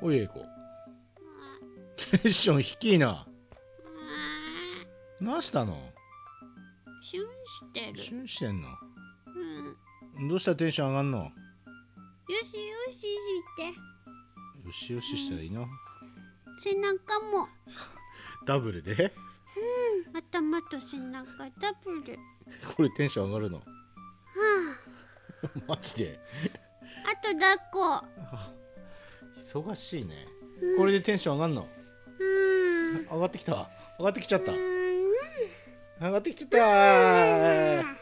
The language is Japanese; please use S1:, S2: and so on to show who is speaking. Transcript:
S1: おいえいこテッション低いななしたの
S2: シュンして
S1: シ
S2: る、
S1: ュンしてんの
S2: うん、よ
S1: どうしたらテンション上がんのよ
S2: しよしして
S1: しよししたらいいな
S2: 背中も
S1: ダブルで
S2: 頭と背中ダブル
S1: これテンション上がるの
S2: は
S1: マジで
S2: あ、あと抱っこ
S1: 忙しいねこれでテンション上がんの
S2: うん
S1: 上がってきた上がってきちゃっ
S2: う
S1: た
S2: ん
S1: 上がってきちゃった